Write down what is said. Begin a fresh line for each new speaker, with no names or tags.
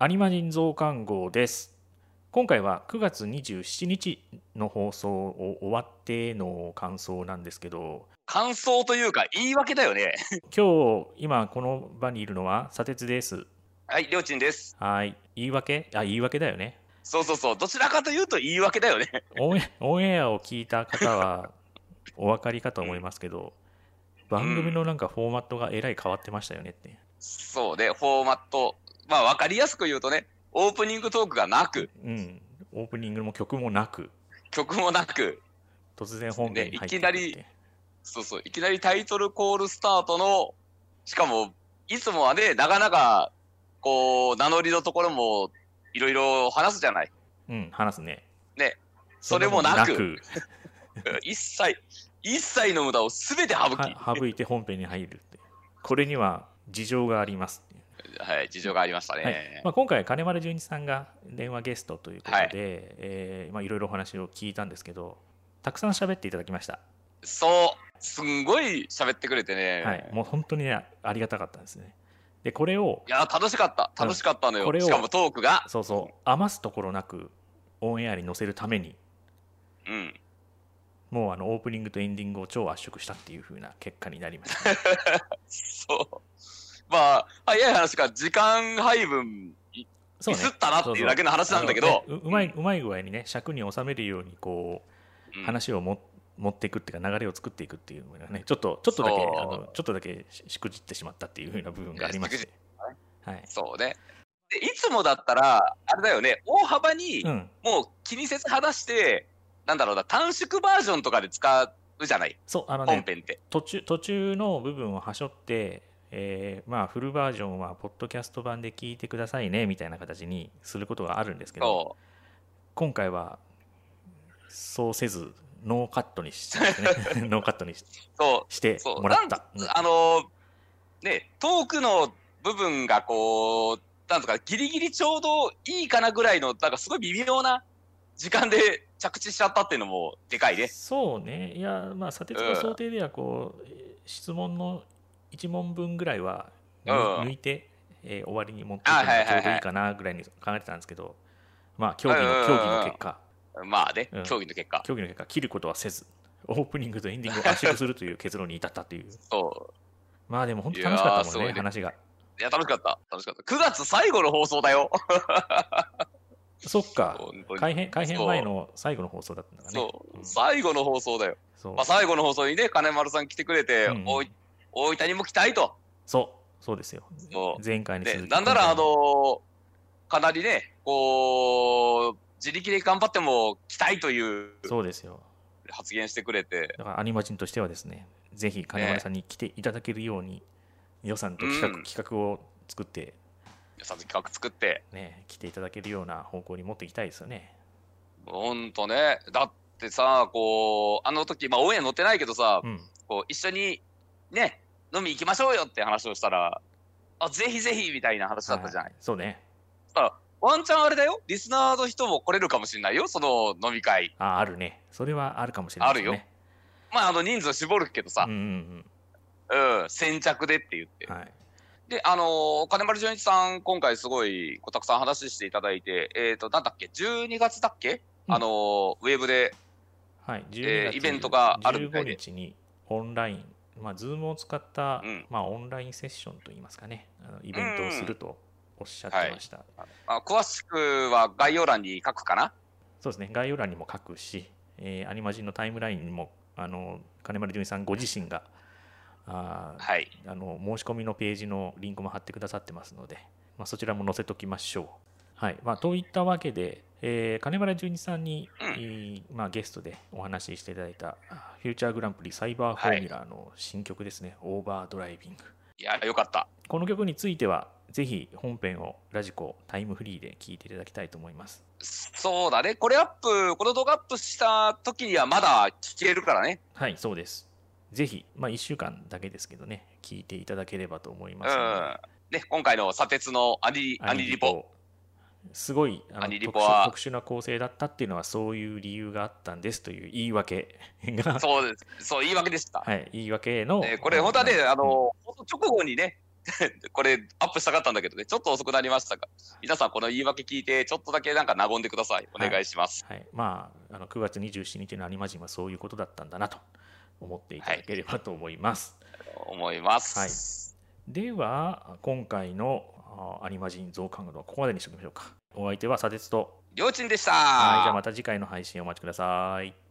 有馬人造看護です今回は9月27日の放送を終わっての感想なんですけど
感想というか言い訳だよね
今日今この場にいるのは砂鉄です
はいりょうちんです
はい言い訳あ言い訳だよね
そうそうそうどちらかというと言い訳だよね
オンエオンエアを聞いた方 はお分かりかと思いますけど番組のなんかフォーマットがえらい変わってましたよねって
そうねフォーマットまあ分かりやすく言うとねオープニングトークがなく
うんオープニングも曲もなく
曲もなく
突然本編に入って
ねいきなそうそういきなりタイトルコールスタートのしかもいつもはねなかなかこう名乗りのところもいろいろ話すじゃない
うん話すね
ね
それもな
それも
く
一切一切の無駄を全て省き、
は省いて本編に入るってこれには事情がありますっていう
はい、事情がありましたね、
はいまあ、今回金丸純一さんが電話ゲストということで、
はい
いえーまあ、いろいろお話を聞いたんですけどたくさん喋っていただきました、
そうすんごい喋ってくれてね、
はい、もう本当に、ね、ありがたかったですねでこれを
いや、楽しかった。楽しかったの
こ
よ。
れを
しかもトークが。
そうそう余すところなくオンエアに載せるために
うん。
もうあのオープニングとエンディングを超圧縮したっていう風な結果になりま したね、
そう。まあ、早い話か、時間配分、い
そ
ミスったなっていうだけの話なんだけ
あ
ど
の、ねううまいうまい具合にね尺に収めるようにこう
うん
話をも持っていくっていうか流れを作っていくっていうのがねちょっとちょっとだけ
そう
あのちょっとだけししくじってしまったっていう風な部分がありまして、はい
そうね。で、いつもだったら、あれだよね、大幅に
う、ん、
もう気にせず話して、なんだろうな、短縮バージョンとかで使うじゃない、
そうあの
本
ね
編って。
途中途中の部分をはしょって、えーまあ、フルバージョンはポッドキャスト版で聞いてくださいねみたいな形にすることがあるんですけど
そ
今回はそうせずノーカットにして、ね、 ノーカットにし
う。そ
して
う。そう。
もらった
なんあのーね、トークの部分がこう、なんとか、ギリギリちょうどいいかなぐらいの、なんかすごい微妙な時間で着地しちゃったっていうのもでかいね。
そうね、いや、まあ、砂鉄の想定ではこう、質問の1問分ぐらいはぬ
うん
抜いて、えー終わりに持っていくの
あは
が
いはい
ち
は
ょ
いう
どいいかなぐらいに考えてたんですけど、まあ、競技の
うん
競技の結果、
まあね
うん、
競技の結果。
競技の結果、切ることはせず、オープニングとエンディングを圧縮するという結論に至ったという、
そ
まあでも本当楽しかったもん
いやーすごい
ね、
ね
話が。
う。いや、楽しかった。楽しかった。9月最後の放送だよ。
そっか、
本当に
改編改編前の最後の放送だったんだね
そ。う。
うん
最後の放送だよ。
そう
まあ、最後の放送にね、金丸さん来てくれて、
うん
おい大分にも来たいと。
そうそうですよ
そ。
前回に
で、
続き
なんなら、あのーかなりね、こう、自力で頑張っても来たいという
そうですよ。
発言してくれて、
だからアニマ人としてはですね、ぜひ金丸さんに来ていただけるように、予算と企画,、
うん
企画を作って、
さっき企画作って、
ね、来ていただけるような方向に持っていきたいですよね。
ほんとね、だってさ、こう、あの時、まあ、オンエア乗ってないけどさ、
うん、
こう、一緒に、ね、飲み行きましょうよって話をしたら、あ、ぜひぜひみたいな話だったじゃない。
はいそうね。
ワンチャンあれだよ、リスナーの人も来れるかもしれないよ、その飲み会。
あ、あるね。それはあるかもしれないですね。
まあ、あの人数絞るけどさ
う、んうん
うん、先着でって言って
う。ん。はい。
で、あのー金丸純一さん、今回すごいこうたくさん話していただいて、えっ、と、なんだっけ、12月だっけ、
うん
あのーウェブで、
はい、
えー
12
イベントがあるみたいで
15日にオンライン、まあ、Zoom を使った、
うん
まあ、オンラインセッションといいますかね、あのイベントをするとおっしゃってました。
あ詳しくは概要欄に書くかな
そうですね、概要欄にも書くし、えーアニマジンのタイムラインにも、あの金丸純一さんご自身があー、
はい。
あの、申し込みのページのリンクも貼ってくださってますので、まあ、そちらも載せときましょう。はいまあ、といったわけで、えー金丸純一さんに、
うん
えーまあ、ゲストでお話ししていただいた、あフューチャーグランプリサイバーフォーミュラーの新曲ですね、オーバードライビング。
いや、よかった。
この曲については、ぜひ本編をラジコタイムフリーで聴いていただきたいと思います。
そうだね、これアップ、この動画アップした時にはまだ聞けるからね。
はい、そうです。ぜひ、まあ、1週間だけですけどね、聞いていただければと思いますので、
うん。ね、今回の砂鉄のアニアニリポ。。
すごいあの
アニリポ
特殊
は
特殊な構成だったっていうのはそういう理由があったんですという言い訳が、
そうです。そう、言い訳でした。
はい、言い訳の、
ねこれ、本当はね、あの、放送直後にね、 これアップしたかったんだけどね、ちょっと遅くなりましたが、皆さんこの言い訳聞いて、ちょっとだけなんか和んでください。お願いします。
はい、まああの9月27日のアニマ人はそういうことだったんだなと思っていただければと思います、
思います。
では今回のあアニマ人増刊号はここまでにしておきましょうかお相手は砂鉄と
りょうちんでした。
はいじゃあまた次回の配信お待ちください